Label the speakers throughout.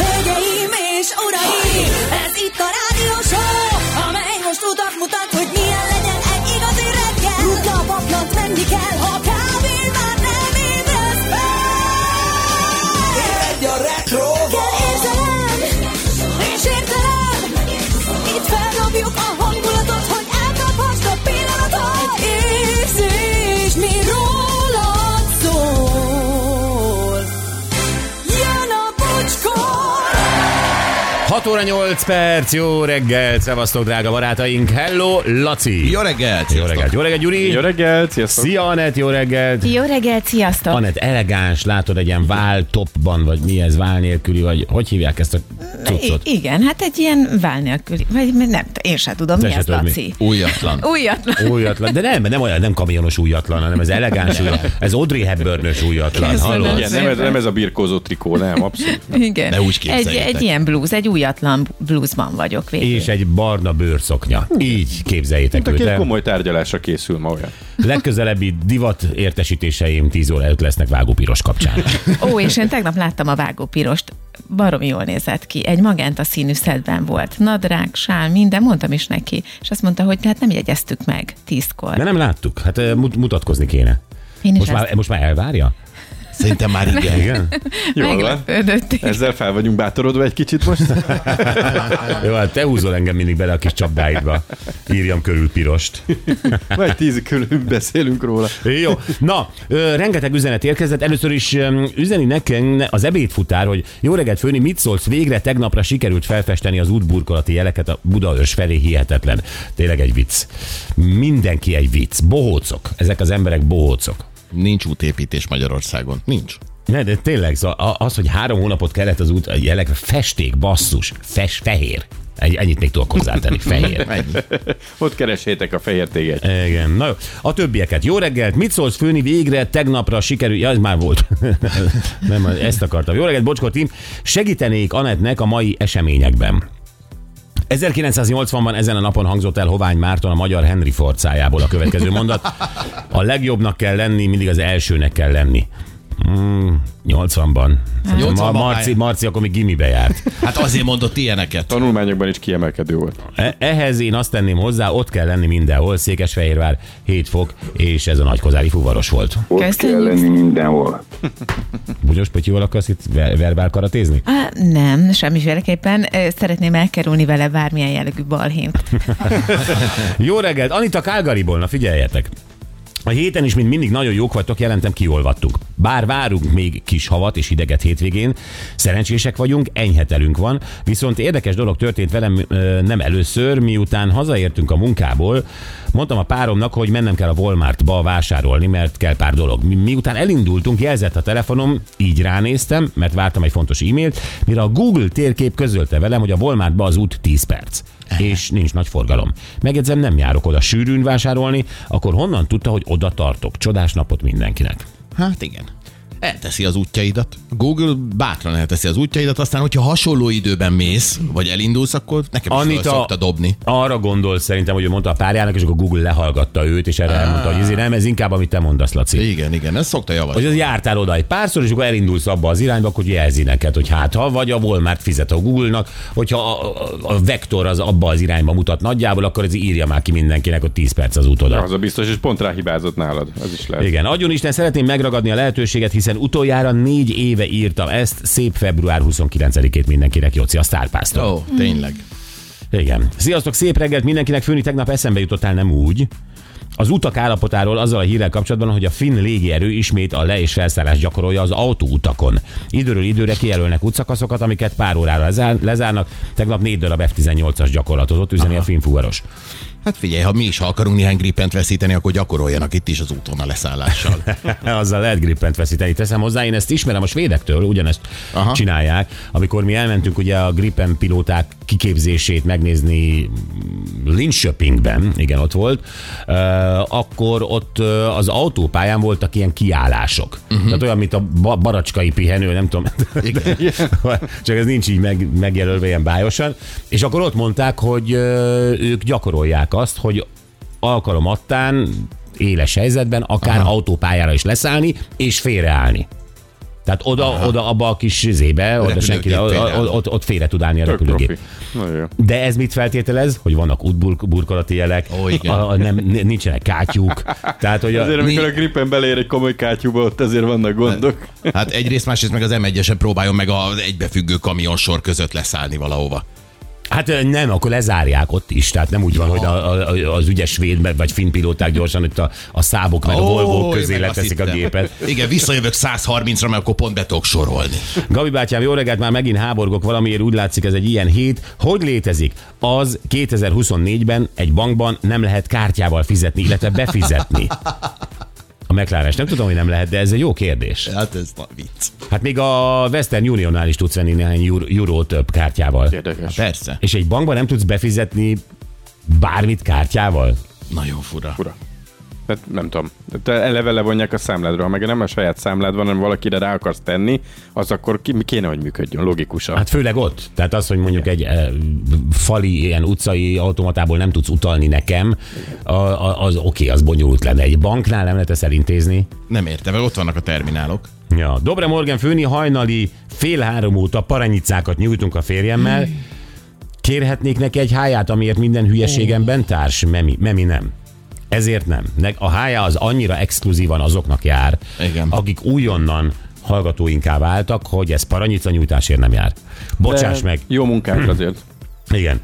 Speaker 1: Hölgyeim és uraim, ez itt a rádió show, amely most utat mutat, hogy milyen legyen egy igazi reggel. Rutna a paplant venni kell, ha kávé már nem ébresz fel.
Speaker 2: Egy a retro
Speaker 1: Kell érzelem, és értelem, itt feldobjuk a hangulatot, hogy elkaphast a pillanatot. Egy érzés, mi rólad szól. Jön a bocskor!
Speaker 3: 6 óra 8 perc, jó reggel, szevasztok drága barátaink, hello Laci!
Speaker 2: Jó reggelt!
Speaker 3: Jó reggelt, jó reggelt Gyuri!
Speaker 4: Jó reggelt, sziasztok!
Speaker 3: Szia Anett, jó reggelt!
Speaker 5: Jó reggelt, sziasztok!
Speaker 3: Anett, elegáns, látod egy ilyen vál topban, vagy mi ez, vál nélküli, vagy hogy hívják ezt a
Speaker 5: I-
Speaker 3: cuccot?
Speaker 5: igen, hát egy ilyen vál nélküli, vagy nem, én sem tudom,
Speaker 3: Te
Speaker 5: mi
Speaker 3: se
Speaker 5: az,
Speaker 3: tudod, mi.
Speaker 5: Laci.
Speaker 2: Újatlan.
Speaker 5: Újatlan.
Speaker 3: Újatlan, de nem, nem olyan, nem kamionos újatlan, hanem ez elegáns újatlan. Ez Audrey Hepburnös újatlan,
Speaker 5: Köszönöm.
Speaker 3: hallod?
Speaker 4: Igen, nem, ez- nem ez a birkózó trikó, nem, abszolút.
Speaker 5: Igen.
Speaker 2: Ne úgy
Speaker 5: egy,
Speaker 2: képzeljétek.
Speaker 5: egy ilyen blues, egy újatlan bluesban vagyok végül.
Speaker 3: És egy barna bőrszoknya. Így képzeljétek
Speaker 4: Aki
Speaker 3: őt.
Speaker 4: egy
Speaker 3: el.
Speaker 4: komoly tárgyalásra készül ma olyan.
Speaker 3: Legközelebbi divat értesítéseim 10 óra előtt lesznek vágópiros kapcsán.
Speaker 5: Ó, és én tegnap láttam a vágópirost. Barom jól nézett ki. Egy magenta színű szedben volt. Nadrág, sál, minden, mondtam is neki. És azt mondta, hogy hát nem jegyeztük meg tízkor.
Speaker 3: De nem láttuk, hát eh, mut- mutatkozni kéne.
Speaker 5: Én is
Speaker 3: Most
Speaker 5: ezt
Speaker 3: már, most már elvárja?
Speaker 2: Szerintem már igen.
Speaker 3: Igen?
Speaker 4: Jól van.
Speaker 5: meglepődött.
Speaker 4: Ezzel fel vagyunk bátorodva egy kicsit most.
Speaker 3: Jó, hát te húzol engem mindig bele a kis csapdáidba. Írjam körül pirost.
Speaker 4: Vagy tízig körül beszélünk róla.
Speaker 3: Jó, na, ö, rengeteg üzenet érkezett. Először is öm, üzeni nekem az ebédfutár, hogy jó reggelt főni, mit szólsz végre, tegnapra sikerült felfesteni az útburkolati jeleket a Budaörs felé hihetetlen. Tényleg egy vicc. Mindenki egy vicc. Bohócok. Ezek az emberek bohócok.
Speaker 2: Nincs útépítés Magyarországon. Nincs.
Speaker 3: Ne, de tényleg, szóval a- az, hogy három hónapot kellett az út a jelekre, festék, basszus, fes, fehér. Egy, ennyit még tudok hozzátenni, fehér.
Speaker 2: Ennyi.
Speaker 4: Ott keresétek a fehér téged.
Speaker 3: Igen, na jó. A többieket. Jó reggelt, mit szólsz főni végre, tegnapra sikerül... Ja, ez már volt. Nem, ezt akartam. Jó reggelt, Bocskor Tim. Segítenék Anetnek a mai eseményekben. 1980-ban ezen a napon hangzott el Hovány Márton a magyar Henry Ford szájából a következő mondat. A legjobbnak kell lenni, mindig az elsőnek kell lenni. Mm, 80-ban. Szerintem
Speaker 2: 80-ban
Speaker 3: Marci,
Speaker 2: már.
Speaker 3: Marci akkor még gimibe járt.
Speaker 2: Hát azért mondott ilyeneket.
Speaker 4: Tanulmányokban is kiemelkedő volt.
Speaker 3: E- Ehhez én azt tenném hozzá, ott kell lenni mindenhol, Székesfehérvár 7 fok, és ez a nagykozári fuvaros volt.
Speaker 6: Ott
Speaker 5: Köszönjük.
Speaker 6: kell lenni mindenhol.
Speaker 3: Bugyos Potyival akarsz itt ver- verbál karatézni?
Speaker 5: Á, nem, semmiféleképpen. Ö, Szeretném elkerülni vele bármilyen jellegű balhént.
Speaker 3: Jó reggelt, Anita Kálgariból, na figyeljetek! A héten is, mint mindig, nagyon jók vagytok, jelentem kiolvattuk. Bár várunk még kis havat és hideget hétvégén, szerencsések vagyunk, enyhe telünk van, viszont érdekes dolog történt velem ö, nem először, miután hazaértünk a munkából, mondtam a páromnak, hogy mennem kell a Walmartba vásárolni, mert kell pár dolog. Mi- Miután elindultunk, jelzett a telefonom, így ránéztem, mert vártam egy fontos e-mailt, mire a Google térkép közölte velem, hogy a Walmartba az út 10 perc és nincs nagy forgalom. Megjegyzem, nem járok oda sűrűn vásárolni, akkor honnan tudta, hogy oda tartok? Csodás napot mindenkinek.
Speaker 2: Hát igen. Elteszi az útjaidat. Google bátran elteszi az útjaidat, aztán, hogyha hasonló időben mész, vagy elindulsz, akkor nekem is Anita... szokta dobni.
Speaker 3: arra gondol szerintem, hogy ő mondta a párjának, és akkor Google lehallgatta őt, és erre elmondta, hogy ezért nem, ez inkább, amit te mondasz, Laci.
Speaker 2: Igen, igen, ez szokta
Speaker 3: Hogy
Speaker 2: javasolni.
Speaker 3: az jártál oda egy párszor, és akkor elindulsz abba az irányba, akkor jelzi neked, hogy hát ha vagy a Walmart fizet a Google-nak, hogyha a, a, a vektor az abba az irányba mutat nagyjából, akkor ez írja már ki mindenkinek, hogy 10 perc az útodat.
Speaker 4: Az a biztos, és pont rá hibázott nálad. Ez is lehet.
Speaker 3: Igen, adjon Isten, szeretném megragadni a lehetőséget, hiszen utoljára négy éve írtam ezt, szép február 29-ét mindenkinek, Jóci, a sztárpásztor.
Speaker 2: Ó, tényleg.
Speaker 3: Igen. Sziasztok, szép reggelt mindenkinek, főni tegnap eszembe jutottál, nem úgy. Az utak állapotáról azzal a hírrel kapcsolatban, hogy a finn légierő ismét a le- és felszállás gyakorolja az autóutakon. Időről időre kijelölnek útszakaszokat, amiket pár órára lezár- lezárnak. Tegnap négy darab F-18-as gyakorlatozott, üzeni Aha. a finn fuvaros.
Speaker 2: Hát figyelj, ha mi is ha akarunk néhány grippent veszíteni, akkor gyakoroljanak itt is az úton a leszállással.
Speaker 3: Azzal lehet grippent veszíteni. Teszem hozzá, én ezt ismerem a svédektől, ugyanezt Aha.
Speaker 2: Aha.
Speaker 3: csinálják. Amikor mi elmentünk ugye a grippen pilóták kiképzését megnézni Linköpingben, igen, ott volt, ö, akkor ott ö, az autópályán voltak ilyen kiállások. Uh-huh. Tehát olyan, mint a ba- baracskai pihenő, nem tudom.
Speaker 2: Igen.
Speaker 3: Csak ez nincs így meg, megjelölve ilyen bájosan. És akkor ott mondták, hogy ö, ők gyakorolják azt, hogy alkalomattán éles helyzetben akár Aha. autópályára is leszállni és félreállni. Tehát oda, oda abba a kis zébe, oda
Speaker 2: Repülőgép
Speaker 3: senki, ott,
Speaker 2: félre áll.
Speaker 3: ott, ott félre tud állni a
Speaker 4: Tök profi.
Speaker 3: repülőgép.
Speaker 4: Nagyon jó.
Speaker 3: De ez mit feltételez? Hogy vannak útburkolati jelek,
Speaker 2: Ó, igen.
Speaker 3: a, a, nem, nincsenek kátyúk. Tehát, hogy a,
Speaker 4: Azért, amikor a gripen belér egy komoly kátyúba, ott azért vannak gondok.
Speaker 2: Hát egyrészt, másrészt meg az M1-esen próbáljon meg az egybefüggő kamionsor között leszállni valahova.
Speaker 3: Hát ö, nem, akkor lezárják ott is, tehát nem úgy van, hogy a, a, az ügyes svéd meg- vagy finn pilóták gyorsan itt a, a szábok meg a
Speaker 2: Ó,
Speaker 3: volvók
Speaker 2: én
Speaker 3: közé
Speaker 2: meg azt
Speaker 3: leteszik a
Speaker 2: hittem.
Speaker 3: gépet.
Speaker 2: Igen, visszajövök 130-ra, mert akkor pont be tudok sorolni.
Speaker 3: Gabi bátyám, jó reggelt, már megint háborgok valamiért, úgy látszik ez egy ilyen hét. Hogy létezik? Az 2024-ben egy bankban nem lehet kártyával fizetni, illetve befizetni. A McLaren, nem tudom, hogy nem lehet, de ez egy jó kérdés.
Speaker 2: Hát ez na, vicc.
Speaker 3: Hát még a Western Unionnál is tudsz venni néhány eur- euró több kártyával.
Speaker 4: Érdekes.
Speaker 2: Persze.
Speaker 3: És egy bankban nem tudsz befizetni bármit kártyával?
Speaker 2: Nagyon fura.
Speaker 4: Fura. Tehát nem tudom. Te eleve levonják a számládról, ha meg nem a saját számlád van, hanem valakire rá akarsz tenni, az akkor ki, kéne, hogy működjön, logikusan. Hát,
Speaker 3: Hát főleg ott. Tehát az, hogy mondjuk egy e, fali, ilyen utcai automatából nem tudsz utalni nekem, a, a, az oké, okay, az bonyolult lenne. Egy banknál nem lehet ezt elintézni.
Speaker 2: Nem értem, mert ott vannak a terminálok.
Speaker 3: Ja. Dobre Morgan főni hajnali fél három óta paranyicákat nyújtunk a férjemmel. Kérhetnék neki egy háját, amiért minden hülyeségemben társ? Memi, memi nem. Ezért nem. Ne- A hája az annyira exkluzívan azoknak jár,
Speaker 2: Igen.
Speaker 3: akik újonnan hallgatóinká váltak, hogy ez paranyica nyújtásért nem jár. Bocsáss meg.
Speaker 4: Jó munkánk azért.
Speaker 3: Igen.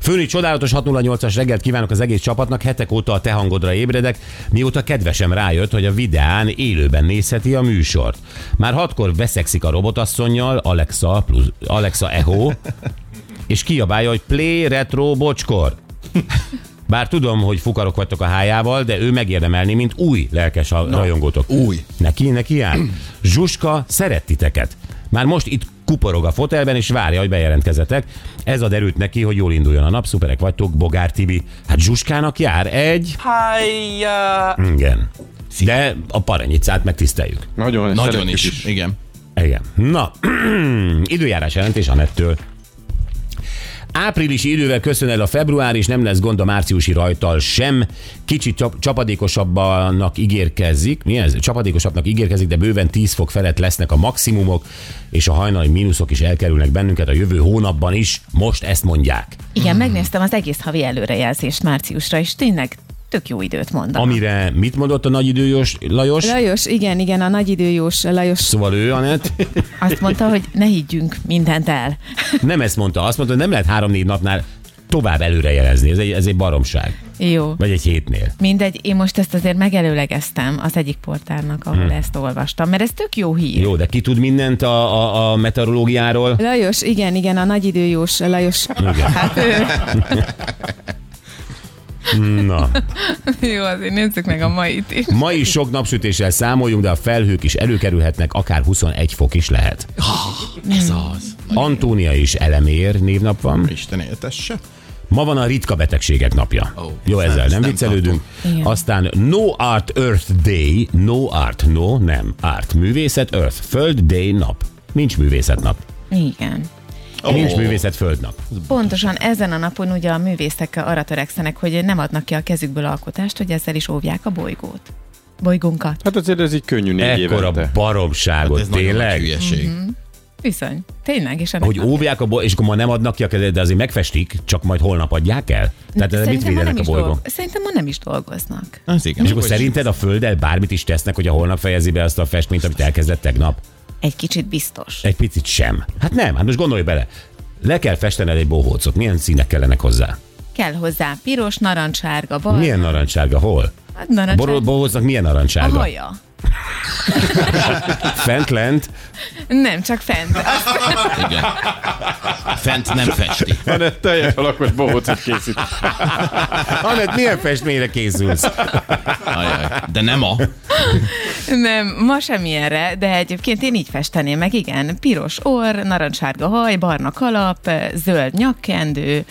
Speaker 3: Főni, csodálatos 608-as reggelt kívánok az egész csapatnak. Hetek óta a te hangodra ébredek, mióta kedvesem rájött, hogy a videán élőben nézheti a műsort. Már hatkor veszekszik a robotasszonynal, Alexa, plusz, Alexa Echo, és kiabálja, hogy play retro bocskor. Bár tudom, hogy fukarok vagytok a hájával, de ő megérdemelni, mint új lelkes a rajongótok.
Speaker 2: új.
Speaker 3: Neki, neki jár. Zsuska szeret titeket. Már most itt kuporog a fotelben, és várja, hogy bejelentkezetek. Ez ad erőt neki, hogy jól induljon a nap. Szuperek vagytok, Bogár Tibi. Hát Zsuskának jár egy...
Speaker 6: Hájjá!
Speaker 3: Igen. De a paranyicát megtiszteljük.
Speaker 4: Nagyon,
Speaker 2: Nagyon
Speaker 4: szeretjük
Speaker 2: is. is. Igen.
Speaker 3: Igen. Na, időjárás jelentés Anettől. Áprilisi idővel köszön el a február, és nem lesz gond a márciusi rajtal sem. Kicsit csap- csapadékosabbnak ígérkezik. Mi ez? Csapadékosabbnak ígérkezik, de bőven 10 fok felett lesznek a maximumok, és a hajnali mínuszok is elkerülnek bennünket a jövő hónapban is. Most ezt mondják.
Speaker 5: Igen, megnéztem az egész havi előrejelzést márciusra, és tényleg tök jó időt mondanak.
Speaker 3: Amire mit mondott a nagy időjós Lajos?
Speaker 7: Lajos, igen, igen, a nagyidőjós Lajos.
Speaker 3: Szóval ő, Anett,
Speaker 5: Azt mondta, hogy ne higgyünk mindent el.
Speaker 3: nem ezt mondta. Azt mondta, hogy nem lehet 3-4 napnál tovább előrejelezni. Ez egy, ez egy baromság.
Speaker 5: Jó.
Speaker 3: Vagy egy hétnél.
Speaker 5: Mindegy, én most ezt azért megelőlegeztem az egyik portálnak, ahol hmm. ezt olvastam, mert ez tök jó hír.
Speaker 3: Hm. Jó, de ki tud mindent a, a, a meteorológiáról?
Speaker 7: Lajos, igen, igen, a nagyidőjós Lajos.
Speaker 5: Hát ő,
Speaker 3: Na,
Speaker 5: jó, azért nézzük meg a mait is.
Speaker 3: ma is sok napsütéssel számoljunk, de a felhők is előkerülhetnek, akár 21 fok is lehet.
Speaker 2: Ez az.
Speaker 3: Antónia is elemér névnap van.
Speaker 2: Isten éltesse.
Speaker 3: Ma van a ritka betegségek napja.
Speaker 2: Ó,
Speaker 3: Jó,
Speaker 2: ez
Speaker 3: ezzel
Speaker 2: nem-
Speaker 3: nem
Speaker 2: nem
Speaker 3: viccelődünk.
Speaker 5: Igen.
Speaker 3: Aztán No Art Earth Day, No Art, No, nem, Art, művészet, Earth, Föld Day nap. Nincs művészet nap.
Speaker 5: Igen.
Speaker 3: Nincs művészet föld nap.
Speaker 5: Pontosan ezen a napon ugye a művészek arra törekszenek, hogy nem adnak ki a kezükből alkotást, hogy ezzel is óvják a bolygót. Bolygónkat.
Speaker 4: Hát azért ez így könnyű négy
Speaker 3: Ekkora
Speaker 4: évente.
Speaker 3: baromságot,
Speaker 2: Hát Ez nagyon nagy
Speaker 3: tényleg.
Speaker 2: hülyeség.
Speaker 5: Bizony. Tényleg, és ennek
Speaker 3: Hogy
Speaker 5: napja.
Speaker 3: óvják a bolygót, és akkor ma nem adnak ki a kezed, de azért megfestik, csak majd holnap adják el? Tehát ezzel mit
Speaker 5: Szerintem ma nem
Speaker 3: védenek a
Speaker 5: is
Speaker 3: bolygón?
Speaker 5: dolg- Szerintem ma nem is dolgoznak.
Speaker 2: Az igen.
Speaker 3: És akkor szerinted a Földdel bármit is tesznek, hogy a holnap fejezi be azt a festményt, amit elkezdett tegnap?
Speaker 5: Egy kicsit biztos.
Speaker 3: Egy picit sem. Hát nem, hát most gondolj bele. Le kell festened egy bohócot. Milyen színek kellenek hozzá?
Speaker 5: Kell hozzá piros, narancsárga, barna.
Speaker 3: Milyen narancsárga? Hol?
Speaker 5: Hát
Speaker 3: A
Speaker 5: narancsárga.
Speaker 3: boró- bohócnak milyen
Speaker 5: a
Speaker 3: narancsárga?
Speaker 5: haja.
Speaker 3: Fent, lent?
Speaker 5: Nem, csak fent. Azt
Speaker 2: Igen. Fent nem festi.
Speaker 4: Van teljes alakos bohócot készít.
Speaker 3: Anett, milyen festményre készülsz?
Speaker 2: Ajaj. De nem a.
Speaker 5: nem, ma semmilyenre, de egyébként én így festeném meg, igen. Piros orr, narancsárga haj, barna kalap, zöld nyakkendő,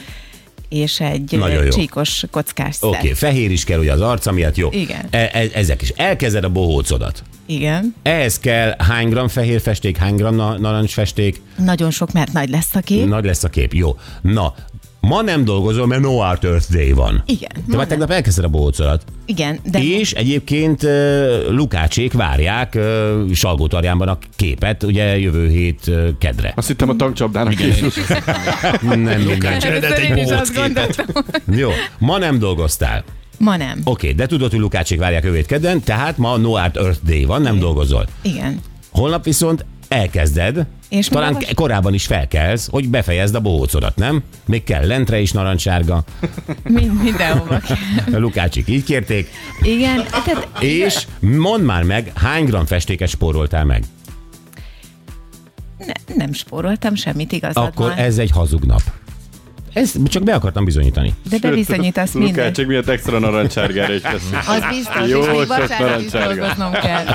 Speaker 5: és egy
Speaker 3: Nagyon jó.
Speaker 5: csíkos kockás szett.
Speaker 3: Oké, okay, fehér is kell, ugye az arca miatt, jó.
Speaker 5: Igen.
Speaker 3: E- e- ezek is. Elkezded a bohócodat.
Speaker 5: Igen.
Speaker 3: Ehhez kell hány gram fehér festék, hány gram na- narancs festék,
Speaker 5: Hm? Nagyon sok, mert nagy lesz a kép.
Speaker 3: nagy lesz a kép, jó. Na, Ma nem dolgozol, mert no art Earth Day van.
Speaker 5: Igen,
Speaker 3: Te
Speaker 5: ma
Speaker 3: már
Speaker 5: nem.
Speaker 3: tegnap elkezdted a bohócolat.
Speaker 5: Igen, de
Speaker 3: És egyébként uh, Lukácsék várják uh, Salgótarjánban a képet, ugye jövő hét uh, kedre.
Speaker 4: Azt hittem a tankcsapdának is.
Speaker 3: Nem Lukács
Speaker 5: először én is azt gondoltam.
Speaker 3: Jó, ma nem dolgoztál.
Speaker 5: Ma nem.
Speaker 3: Oké, de tudod, hogy Lukácsék várják jövő hét kedden, tehát ma No Art Earth Day van, nem dolgozol.
Speaker 5: Igen.
Speaker 3: Holnap viszont elkezded, és
Speaker 5: És
Speaker 3: talán
Speaker 5: ma most-
Speaker 3: korábban is felkelsz, hogy befejezd a bohócodat, nem? Még kell lentre is narancsárga,
Speaker 5: Mind, mindenhova kell.
Speaker 3: Lukácsik így kérték,
Speaker 5: Igen, tehát
Speaker 3: és mondd már meg, hány gram festéket spóroltál meg?
Speaker 5: ne, nem spóroltam semmit igazad
Speaker 3: Akkor
Speaker 5: van.
Speaker 3: ez egy hazug nap. Ezt csak be akartam bizonyítani.
Speaker 5: De bebizonyítasz mindent.
Speaker 4: Lukácsik miatt extra narancsárgára is teszik.
Speaker 5: Az biztos,
Speaker 4: Jó,
Speaker 5: és még
Speaker 4: sok
Speaker 5: vasárnap is
Speaker 4: narancsárga.
Speaker 5: dolgoznom kell.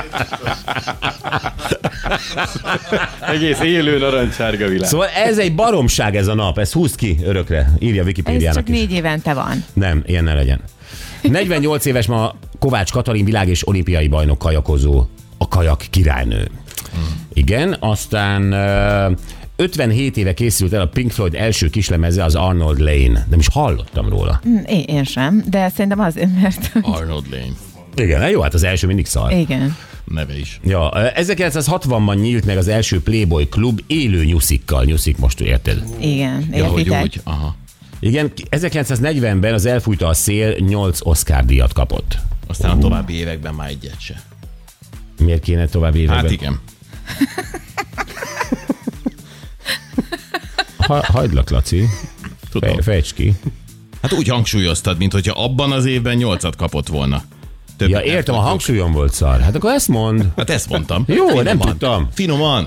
Speaker 4: Egész élő narancsárga világ.
Speaker 3: Szóval ez egy baromság ez a nap, ez húz ki örökre, írja
Speaker 5: Ez
Speaker 3: Wikipédiának
Speaker 5: csak
Speaker 3: is.
Speaker 5: négy évente van.
Speaker 3: Nem, ilyen ne legyen. 48 éves ma Kovács Katalin világ és olimpiai bajnok kajakozó, a kajak királynő. Igen, aztán ö, 57 éve készült el a Pink Floyd első kislemeze, az Arnold Lane. Nem is hallottam róla.
Speaker 5: Hm, Én, én sem, de szerintem azért, mert...
Speaker 2: Arnold Lane
Speaker 3: Igen, jó, hát az első mindig szar.
Speaker 5: Igen.
Speaker 2: neve is.
Speaker 3: Ja, ö, 1960-ban nyílt meg az első Playboy klub élő nyuszikkal. Nyuszik most érted?
Speaker 5: Igen,
Speaker 2: Ja, hogy
Speaker 5: értitek?
Speaker 2: úgy. Aha.
Speaker 3: Igen, 1940-ben az Elfújta a szél 8 Oscar díjat kapott.
Speaker 2: Aztán a további években már egyet se.
Speaker 3: Miért kéne tovább években?
Speaker 2: Hát igen.
Speaker 3: Ha, hagylak, Laci.
Speaker 2: Tudom.
Speaker 3: Fej, fejtsd ki.
Speaker 2: Hát úgy hangsúlyoztad, mint hogyha abban az évben nyolcat kapott volna. Több
Speaker 3: Ja, értem, a hangsúlyom volt szar. Hát akkor ezt mond.
Speaker 2: Hát ezt mondtam.
Speaker 3: Jó, nem tudtam.
Speaker 2: Finoman.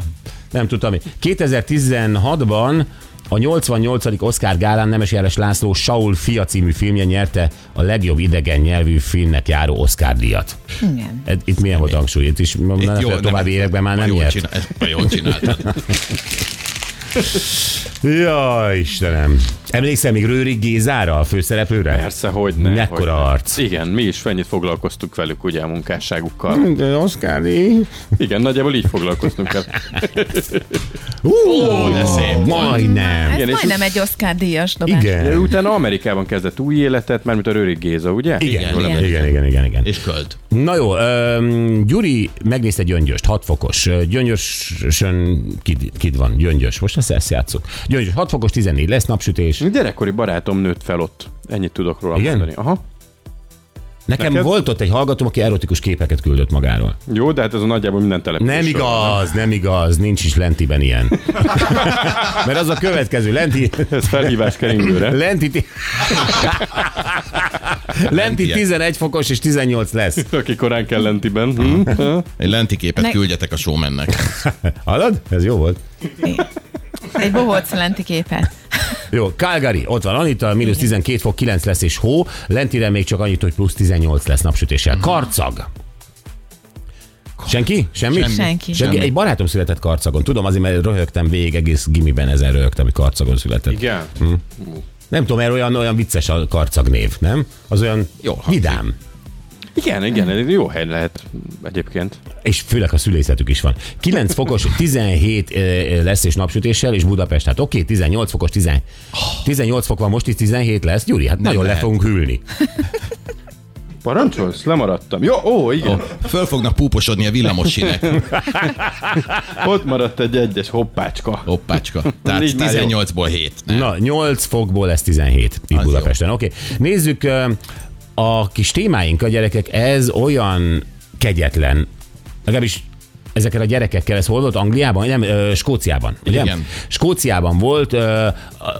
Speaker 3: Nem tudtam. 2016-ban a 88. Oscar gálán Nemes János László Saul fia című filmje nyerte a legjobb idegen nyelvű filmnek járó Oscar díjat.
Speaker 5: Igen.
Speaker 3: Ed- Itt milyen volt a hangsúly? Itt is Itt
Speaker 2: Itt
Speaker 3: jó, további
Speaker 2: nem-
Speaker 3: években már
Speaker 2: ma
Speaker 3: nem
Speaker 2: jól
Speaker 3: nyert.
Speaker 2: Csinál, ezt ma jól csináltad.
Speaker 3: Ja, Istenem. Emlékszel még Rőrik Gézára, a főszereplőre?
Speaker 4: Persze, hogy ne.
Speaker 3: Mekkora
Speaker 4: hogy ne.
Speaker 3: arc.
Speaker 4: Igen, mi is fennyit foglalkoztuk velük, ugye, a munkásságukkal.
Speaker 3: Oscar díj.
Speaker 4: Igen, nagyjából így foglalkoztunk el.
Speaker 3: Ó,
Speaker 2: de szép.
Speaker 3: Majdnem.
Speaker 5: Ez
Speaker 4: Igen, és-
Speaker 5: majdnem egy Oscar díjas dobás.
Speaker 4: De
Speaker 3: Igen.
Speaker 4: utána Amerikában kezdett új életet, mármint a Rőri Géza, ugye?
Speaker 3: Igen,
Speaker 2: Igen.
Speaker 3: igen, igen, igen, igen.
Speaker 2: És költ.
Speaker 3: Na jó, öm, Gyuri megnézte Gyöngyöst, 6 fokos. Ö, Gyöngyösön kid, kid van, Gyöngyös. Most ezt ezt játszunk. Gyöngyös, 6 fokos, 14 lesz napsütés.
Speaker 4: Gyerekkori barátom nőtt fel ott. Ennyit tudok róla
Speaker 3: Igen?
Speaker 4: mondani. Aha.
Speaker 3: Nekem
Speaker 4: Neked?
Speaker 3: volt ott egy hallgató, aki erotikus képeket küldött magáról.
Speaker 4: Jó, de hát ez a nagyjából minden település.
Speaker 3: Nem igaz, nem igaz, nincs is lentiben ilyen. Mert az a következő, lenti,
Speaker 4: Ez felhívás keringőre.
Speaker 3: lenti, ti- lenti
Speaker 2: Lentiek.
Speaker 3: 11 fokos és 18 lesz.
Speaker 4: Aki korán kell lentiben. Hm?
Speaker 2: Egy lenti képet
Speaker 5: Ne-
Speaker 2: küldjetek a showmannek.
Speaker 3: Hallod? Ez jó volt.
Speaker 5: Egy bohóc lenti képet.
Speaker 3: Jó, Calgary, ott van Anita, mínusz 12 fok, 9 lesz és hó, lentire még csak annyit, hogy plusz 18 lesz napsütéssel.
Speaker 2: Mhm.
Speaker 3: Karcag. Senki? Semmi?
Speaker 2: Semmi.
Speaker 5: Senki.
Speaker 3: Senki. Egy barátom született karcagon. Tudom, azért mert röhögtem végig, egész gimiben ezen röhögtem, hogy karcagon született. Igen.
Speaker 4: Igen.
Speaker 3: Nem tudom, mert olyan, olyan vicces a karcag név, nem? Az olyan
Speaker 2: Jól
Speaker 3: Jó,
Speaker 2: hangzik.
Speaker 3: vidám.
Speaker 4: Igen, igen, ez jó hely lehet egyébként.
Speaker 3: És főleg a szülészetük is van. 9 fokos, 17 ö, lesz és napsütéssel, és Budapest. Hát oké, 18 fokos, 10, 18 fok van most, is 17 lesz. Gyuri, hát nagyon
Speaker 2: Ah. lehet.
Speaker 3: le fogunk hűlni.
Speaker 4: Parancsolsz? Lemaradtam. Jó, ó, igen.
Speaker 2: Föl fognak púposodni a villamosinek.
Speaker 3: Oh.
Speaker 4: Ott maradt egy egyes hoppácska.
Speaker 2: Hoppácska. Tehát
Speaker 4: Így már jó.
Speaker 2: 18-ból 7. Nem?
Speaker 3: Na, 8 fokból lesz 17 itt
Speaker 2: Az
Speaker 3: Budapesten. Oké, okay. nézzük ö, a kis témáink a gyerekek, ez olyan kegyetlen, legalábbis ezekkel a gyerekekkel, ez hol volt? Angliában? Nem, ö, Skóciában, ugye?
Speaker 2: Igen.
Speaker 3: Skóciában volt, ö, a-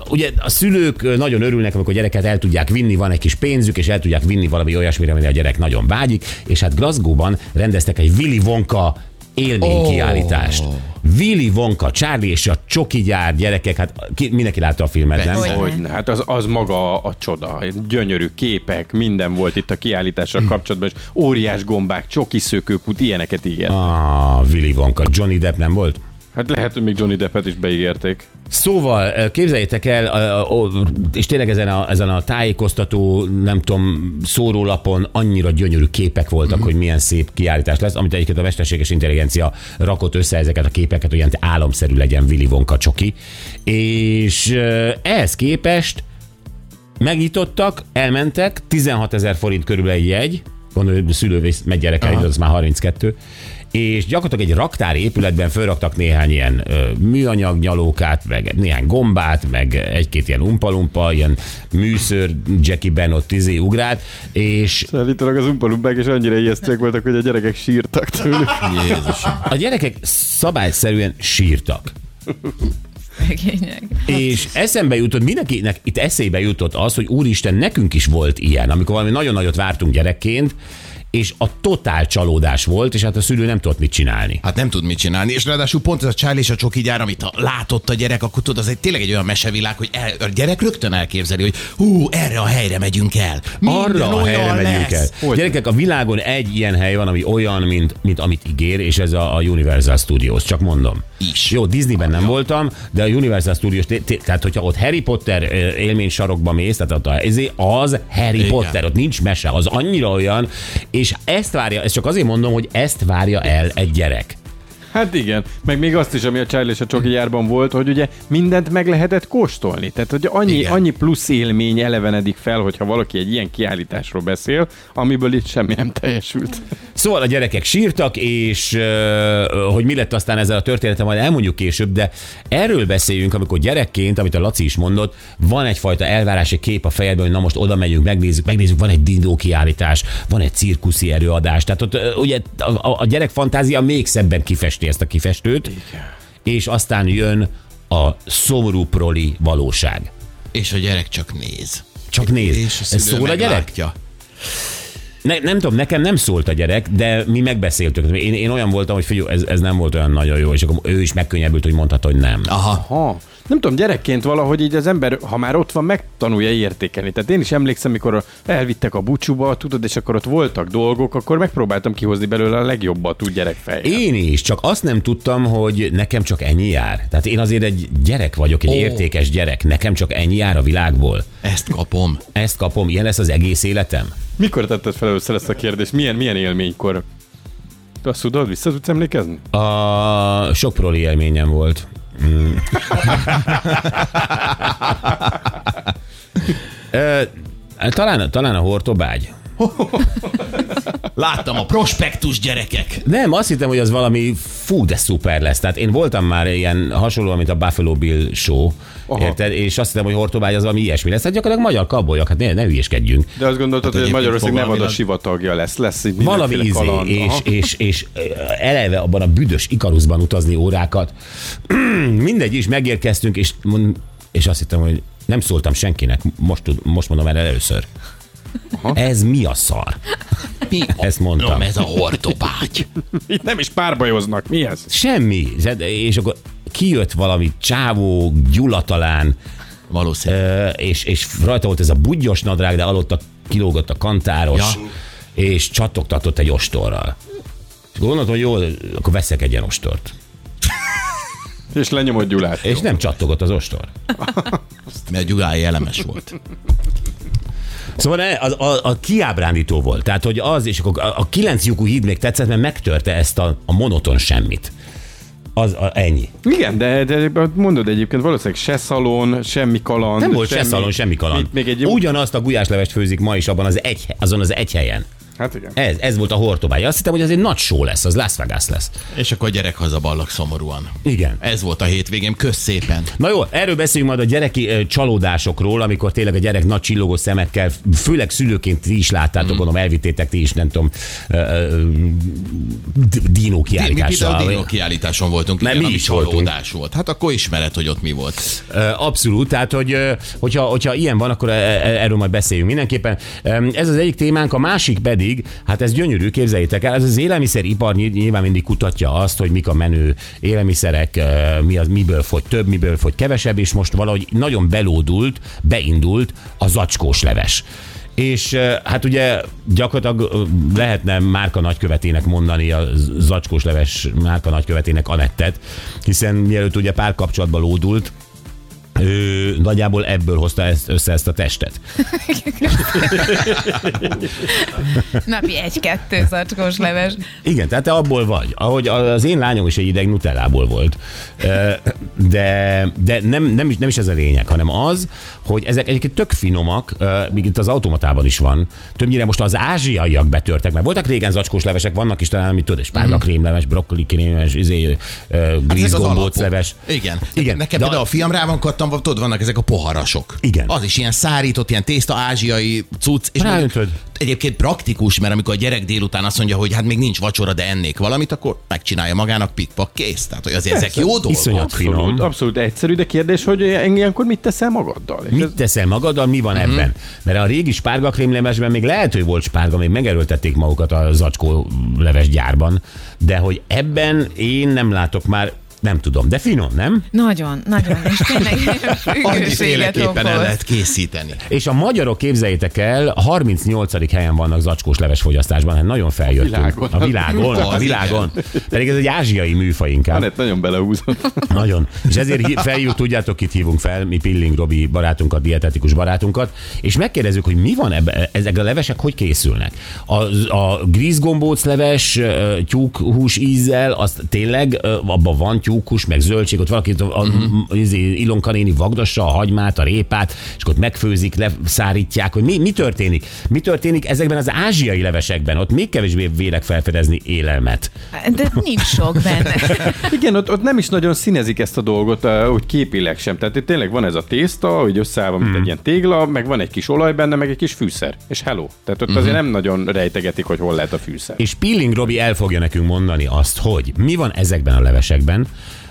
Speaker 3: ugye a szülők ö, nagyon örülnek, amikor a gyereket el tudják vinni, van egy kis pénzük, és el tudják vinni valami olyasmire, amire a gyerek nagyon vágyik, és hát Glasgow-ban rendeztek egy Willy Wonka élménykiállítást. Oh. Willy Wonka, Charlie és a csoki gyár gyerekek, hát ki, mindenki látta a filmet, nem?
Speaker 5: Persze.
Speaker 4: Hogy ne, hát az, az maga a, a csoda. Gyönyörű képek, minden volt itt a kiállítással kapcsolatban, és óriás gombák, csoki szökőkút, ilyeneket ígért.
Speaker 3: Ah, Willy Wonka, Johnny Depp nem volt?
Speaker 4: Hát lehet, hogy még Johnny Deppet is beígérték.
Speaker 3: Szóval ö, képzeljétek el, ö, ö, és tényleg ezen a, ezen a tájékoztató, nem tudom, szórólapon annyira gyönyörű képek voltak, mm-hmm. hogy milyen szép kiállítás lesz, amit egyébként a mesterséges intelligencia rakott össze ezeket a képeket, hogy ilyen álomszerű legyen Willy Wonka csoki. És ö, ehhez képest Megnyitottak, elmentek, 16 ezer forint körül egy jegy, gondolom, hogy szülővész megy gyerekkel, az már 32, és gyakorlatilag egy raktár épületben fölraktak néhány ilyen ö, műanyag nyalókát, meg néhány gombát, meg egy-két ilyen umpalumpa, ilyen műször, Jackie Benot tizé ugrát, és
Speaker 4: Állítólag az umpalumpák is annyira ijesztőek voltak, hogy a gyerekek sírtak tőlük.
Speaker 2: Jézusom.
Speaker 3: a gyerekek szabályszerűen sírtak.
Speaker 5: Szegények.
Speaker 3: És eszembe jutott, mindenkinek itt eszébe jutott az, hogy úristen, nekünk is volt ilyen, amikor valami nagyon nagyot vártunk gyerekként, és a totál csalódás volt, és hát a szülő nem tudott mit csinálni.
Speaker 2: Hát nem tud mit csinálni, és ráadásul pont ez a Charlie és a csoki gyár, amit ha látott a gyerek, akkor tudod, az egy tényleg egy olyan mesevilág, hogy el, a gyerek rögtön elképzeli, hogy hú, erre a helyre megyünk el. Minden
Speaker 3: Arra a
Speaker 2: olyan
Speaker 3: helyre
Speaker 2: lesz.
Speaker 3: megyünk el.
Speaker 4: Hogy?
Speaker 3: Gyerekek, a világon egy ilyen hely van, ami olyan, mint, mint amit ígér, és ez a, a Universal Studios, csak mondom.
Speaker 2: Is.
Speaker 3: Jó, Disneyben nem voltam, de a Universal Studios, té- té- tehát hogyha ott Harry Potter ö, élmény sarokba mész, tehát ott a- ezé- az Harry
Speaker 2: Igen.
Speaker 3: Potter, ott nincs mese, az annyira olyan, és ezt várja, ezt csak azért mondom, hogy ezt várja el egy gyerek.
Speaker 4: Hát igen, meg még azt is, ami a Charlie és a Csoki gyárban volt, hogy ugye mindent meg lehetett kóstolni. Tehát, hogy annyi,
Speaker 2: Igen.
Speaker 4: annyi plusz élmény elevenedik fel, hogyha valaki egy ilyen kiállításról beszél, amiből itt semmi nem teljesült.
Speaker 3: Szóval a gyerekek sírtak, és ö, hogy mi lett aztán ezzel a történetem, majd elmondjuk később, de erről beszéljünk, amikor gyerekként, amit a Laci is mondott, van egyfajta elvárási kép a fejedben, hogy na most oda megyünk, megnézzük, megnézzük, van egy dindó kiállítás, van egy cirkuszi erőadás. Tehát ott ö, ugye a, a- a gyerek fantázia még szebben kifesti ezt a kifestőt, Igen. és aztán jön a szomorú proli valóság.
Speaker 2: És a gyerek csak néz.
Speaker 3: Csak nézd,
Speaker 2: És a
Speaker 3: ez
Speaker 2: szülő
Speaker 3: szól a gyerek?
Speaker 2: meglátja.
Speaker 3: Ne, nem tudom, nekem nem szólt a gyerek, de mi megbeszéltük. Én, én olyan voltam, hogy figyelj, ez, ez nem volt olyan nagyon jó, és akkor ő is megkönnyebbült, hogy mondhat, hogy nem.
Speaker 2: Aha.
Speaker 4: Ha, nem tudom, gyerekként valahogy így az ember, ha már ott van, megtanulja értékelni. Tehát én is emlékszem, mikor elvittek a bucsúba, tudod, és akkor ott voltak dolgok, akkor megpróbáltam kihozni belőle a legjobbat úgy gyerekfejjel.
Speaker 3: Én is, csak azt nem tudtam, hogy nekem csak ennyi jár. Tehát én azért egy gyerek vagyok, egy
Speaker 2: Ó.
Speaker 3: oh. értékes gyerek. Nekem csak ennyi jár a világból.
Speaker 2: Ezt kapom.
Speaker 3: Ezt kapom, ilyen lesz az egész életem.
Speaker 4: Mikor tetted fel először ezt a kérdést? Milyen, milyen élménykor? Te Azt tudod, vissza tudsz emlékezni?
Speaker 3: A sok proli élményem volt. Mm. Ö, talán, talán a hortobágy.
Speaker 2: Láttam a prospektus gyerekek.
Speaker 3: Nem, azt hittem, hogy az valami fú, de szuper lesz. Tehát én voltam már ilyen hasonló, mint a Buffalo Bill show,
Speaker 4: Aha.
Speaker 3: érted? És azt hittem, hogy Hortobágy az valami ilyesmi lesz. Hát gyakorlatilag magyar kabolyak, hát ne, ne hülyeskedjünk.
Speaker 4: De azt gondoltad, hát hogy
Speaker 2: egyébként
Speaker 4: Magyarország nem ad a
Speaker 2: fogalmilag-
Speaker 4: sivatagja lesz, lesz így
Speaker 3: Valami
Speaker 4: mindenféle
Speaker 3: izé,
Speaker 4: kaland.
Speaker 3: és,
Speaker 4: Aha.
Speaker 3: és, és, ö, eleve abban a büdös Ikaruszban utazni órákat. Mindegy is, megérkeztünk, és, mond- és azt hittem, hogy nem szóltam senkinek, most, tud- most mondom el először. Ez mi a szar?
Speaker 2: Mi a-
Speaker 3: Ezt mondtam.
Speaker 2: Nem, ez a hortobágy.
Speaker 4: Itt nem is párbajoznak, mi ez?
Speaker 3: Semmi. És akkor kijött valami csávó, gyulatalán,
Speaker 2: Valószínűleg.
Speaker 3: Ö, és, és rajta volt ez a budgyos nadrág, de alatta kilógott a kantáros, ja.
Speaker 2: Ja.
Speaker 3: és csatogtatott egy ostorral. És Gondoltam, hogy jó, akkor veszek egy ilyen ostort.
Speaker 4: És lenyomod Gyulát.
Speaker 3: És nem csattogott az ostor.
Speaker 2: Mert Gyugály elemes volt.
Speaker 3: Szóval ne, az, a, a kiábrándító volt. Tehát, hogy az, és akkor a, a kilenc lyukú híd még tetszett, mert megtörte ezt a, a monoton semmit. Az a, ennyi.
Speaker 4: Igen, de, de mondod egyébként, valószínűleg se szalon, Hm, semmi kaland.
Speaker 3: Nem volt se szalon, semmi kaland.
Speaker 4: Még, még egy jó...
Speaker 3: Ugyanazt a gulyáslevest főzik ma is abban az egy, azon az egy helyen.
Speaker 4: Hát igen.
Speaker 3: Ez, ez volt a hortobály. Azt hittem, hogy ez egy nagy show lesz, az Las Vegas lesz.
Speaker 2: És akkor a gyerek hazaballak szomorúan.
Speaker 3: Igen.
Speaker 2: Ez volt a hétvégém, kösz szépen.
Speaker 3: Na jó, erről beszéljünk majd a gyereki ö, csalódásokról, amikor tényleg a gyerek nagy csillogó szemekkel, főleg szülőként ti is láttátok, mm. gondolom elvittétek ti is, nem tudom, ö, ö, d- dinó
Speaker 2: Mi például a
Speaker 3: kiállítással.
Speaker 2: dinó kiállításon voltunk,
Speaker 3: Mert
Speaker 2: igen,
Speaker 3: mi
Speaker 2: ami
Speaker 3: is voltunk.
Speaker 2: csalódás volt. Hát akkor ismered, hogy ott mi volt.
Speaker 3: Ö, Abszolút, tehát hogy, ö, hogyha, hogyha ilyen van, akkor ö, ö, erről majd beszéljünk mindenképpen. Ö, Ez az egyik témánk, a másik pedig, hát ez gyönyörű, képzeljétek el, ez az élelmiszeripar ny- nyilván mindig kutatja azt, hogy mik a menő élelmiszerek, ö, mi az, miből fogy több, miből fogy kevesebb, és most valahogy nagyon belódult, beindult a zacskós leves. És ö, hát ugye gyakorlatilag ö, lehetne márka nagykövetének mondani a z- zacskós leves márka nagykövetének Anettet, hiszen mielőtt ugye párkapcsolatba lódult, ő nagyjából ebből hozta ezt, össze ezt a testet.
Speaker 5: Napi egy-kettő zacskós leves.
Speaker 3: Igen, tehát te abból vagy. Ahogy az én lányom is egy ideg nutellából volt. Ö, De, de nem, nem, is, nem is ez a lényeg, hanem az, hogy ezek egyébként tök finomak, ö, míg itt az automatában is van. Többnyire most az ázsiaiak betörtek, mert voltak régen zacskós levesek, vannak is talán, amit tudod, spárgakrémleves, brokkoli krémleves, izé,
Speaker 2: Ez Hát az
Speaker 3: grízgombóc
Speaker 2: alapok.
Speaker 3: leves.
Speaker 2: Igen.
Speaker 3: Igen,
Speaker 2: Igen. Nekem
Speaker 3: de-
Speaker 2: de... például a fiam rá van kattam, tudod, vannak ezek a poharasok.
Speaker 3: Igen.
Speaker 2: Az is ilyen szárított, ilyen tészta, ázsiai cucc. És
Speaker 3: Ráöntöd.
Speaker 2: mondjuk Egyébként praktikus, mert amikor a gyerek délután azt mondja, hogy hát még nincs vacsora, de ennék valamit, akkor megcsinálja magának pikpak kész. Tehát, hogy azért ezek jó dolgok.
Speaker 3: Iszonyat finom.
Speaker 4: Abszolút, Abszolút egyszerű, de kérdés, hogy ilyenkor mit teszel magaddal? És
Speaker 3: Mit teszel magaddal, mi van ebben? Mert a régi spárgakrémlemesben még lehető volt spárga, még megerőltették magukat a zacskó leves gyárban, de hogy ebben én nem látok már, nem tudom, de finom, nem?
Speaker 5: Nagyon, nagyon, és tényleg ilyen függőséget
Speaker 2: Annyiféleképpen el
Speaker 5: okoz.
Speaker 2: lehet készíteni.
Speaker 3: És a magyarok, képzeljétek el, 38. helyen vannak zacskós leves fogyasztásban, hát nagyon feljöttünk.
Speaker 4: világon.
Speaker 3: A világon, a
Speaker 2: Az
Speaker 3: világon. Pedig ez egy ázsiai műfaj inkább.
Speaker 4: Anett nagyon belehúzom.
Speaker 3: Nagyon. És ezért hí- felhívjuk, tudjátok, kit hívunk fel, mi Pilling Robi barátunkat, dietetikus barátunkat, és megkérdezzük, hogy mi van ebben, ezek a levesek hogy készülnek? A, a grízgombóc leves, ö, tyúkhús ízzel, azt tényleg ö, abban van tyúkhús, meg zöldség, ott valaki a, a, izé, Ilonka néni vagdossa a hagymát, a répát, és akkor ott megfőzik, leszárítják, hogy mi, mi történik? Mi történik ezekben az ázsiai levesekben? Ott még kevésbé vélek felfedezni élelmet.
Speaker 5: De nincs sok benne.
Speaker 4: Igen, ott, ott nem is nagyon színezik ezt a dolgot, eh, úgy képileg sem. Tehát itt tényleg van ez a tészta, hogy összeáll mint egy ilyen tégla, meg van egy kis olaj benne, meg egy kis fűszer. És hello. Tehát ott azért nem nagyon rejtegetik, hogy hol lehet a fűszer.
Speaker 3: És Pilling Robi el fogja nekünk mondani azt, hogy mi van ezekben a levesekben,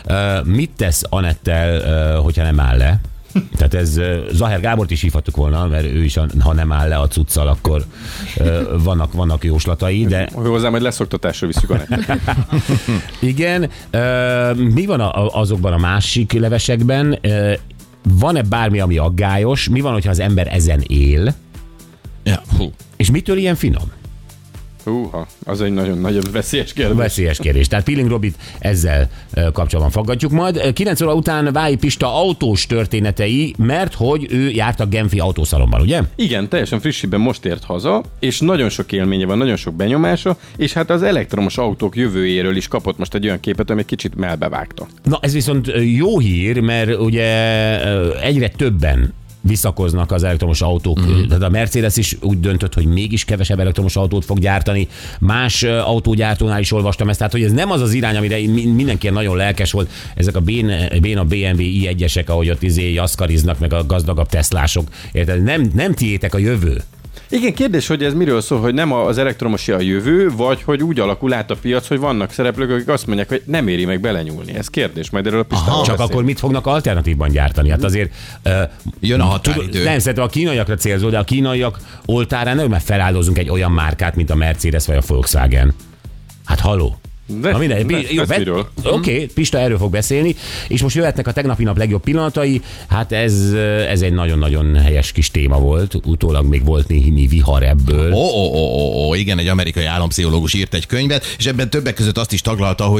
Speaker 3: ö, mit tesz Anettel, ö, hogyha nem áll le. Tehát ez ö, Zahár Gábort is hívhattuk volna, mert ő is, ha nem áll le a cuccal, akkor ö, vannak, vannak jóslatai, de
Speaker 4: Hozzám, hogy leszoktatásra visszük a
Speaker 3: igen, ö, mi van a, a- azokban a másik levesekben? Ö, Van-e bármi, ami aggályos? Mi van, hogyha az ember ezen él?
Speaker 2: Ja, hú.
Speaker 3: És mitől ilyen finom?
Speaker 4: Húha, az egy nagyon-nagyon veszélyes kérdés.
Speaker 3: Veszélyes kérdés. Tehát Peeling Robit ezzel ö, kapcsolatban faggatjuk majd. Ö, 9 óra után Vályi Pista autós történetei, mert hogy ő járt a Genfi autószalomban, ugye?
Speaker 4: Igen, teljesen frissiben most ért haza, és nagyon sok élménye van, nagyon sok benyomása, és hát az elektromos autók jövőjéről is kapott most egy olyan képet, ami egy kicsit melbevágta.
Speaker 3: Na ez viszont ö, jó hír, mert ugye ö, egyre többen visszakoznak az elektromos autók. Mm. Tehát a Mercedes is úgy döntött, hogy mégis kevesebb elektromos autót fog gyártani. Más ö, autógyártónál is olvastam ezt, tehát hogy ez nem az az irány, amire mi- mindenki ilyen nagyon lelkes volt. Ezek a bén- béna BMW i1-esek, ahogy ott izé jaszkariznak, meg a gazdagabb Teslások. Érted? Nem, nem tiétek a jövő.
Speaker 4: Igen, kérdés, hogy ez miről szól, hogy nem az elektromosi a jövő, vagy hogy úgy alakul át a piac, hogy vannak szereplők, akik azt mondják, hogy nem éri meg belenyúlni. Ez kérdés, majd erről a Pistával
Speaker 3: Csak
Speaker 4: beszélünk.
Speaker 3: akkor mit fognak alternatívban gyártani? Hát azért... ö,
Speaker 2: Jön a
Speaker 3: Tudod,
Speaker 2: határidő.
Speaker 3: nem, szerintem a kínaiakra célzol, de a kínaiak oltárán nem, mert feláldozunk egy olyan márkát, mint a Mercedes vagy a Volkswagen. Hát haló.
Speaker 4: De-
Speaker 3: Na mindegy,
Speaker 4: de-
Speaker 3: Pi- jó,
Speaker 4: ez
Speaker 3: vet-
Speaker 4: miről?
Speaker 3: Oké, okay, Pista erről fog beszélni, és most jöhetnek a tegnapi nap legjobb pillanatai, hát ez, ez egy nagyon-nagyon helyes kis téma volt, utólag még volt némi vihar ebből.
Speaker 2: Ó, ó, ó, ó, ó, igen, egy amerikai állampszichológus írt egy könyvet, és ebben többek között azt is taglalta, hogy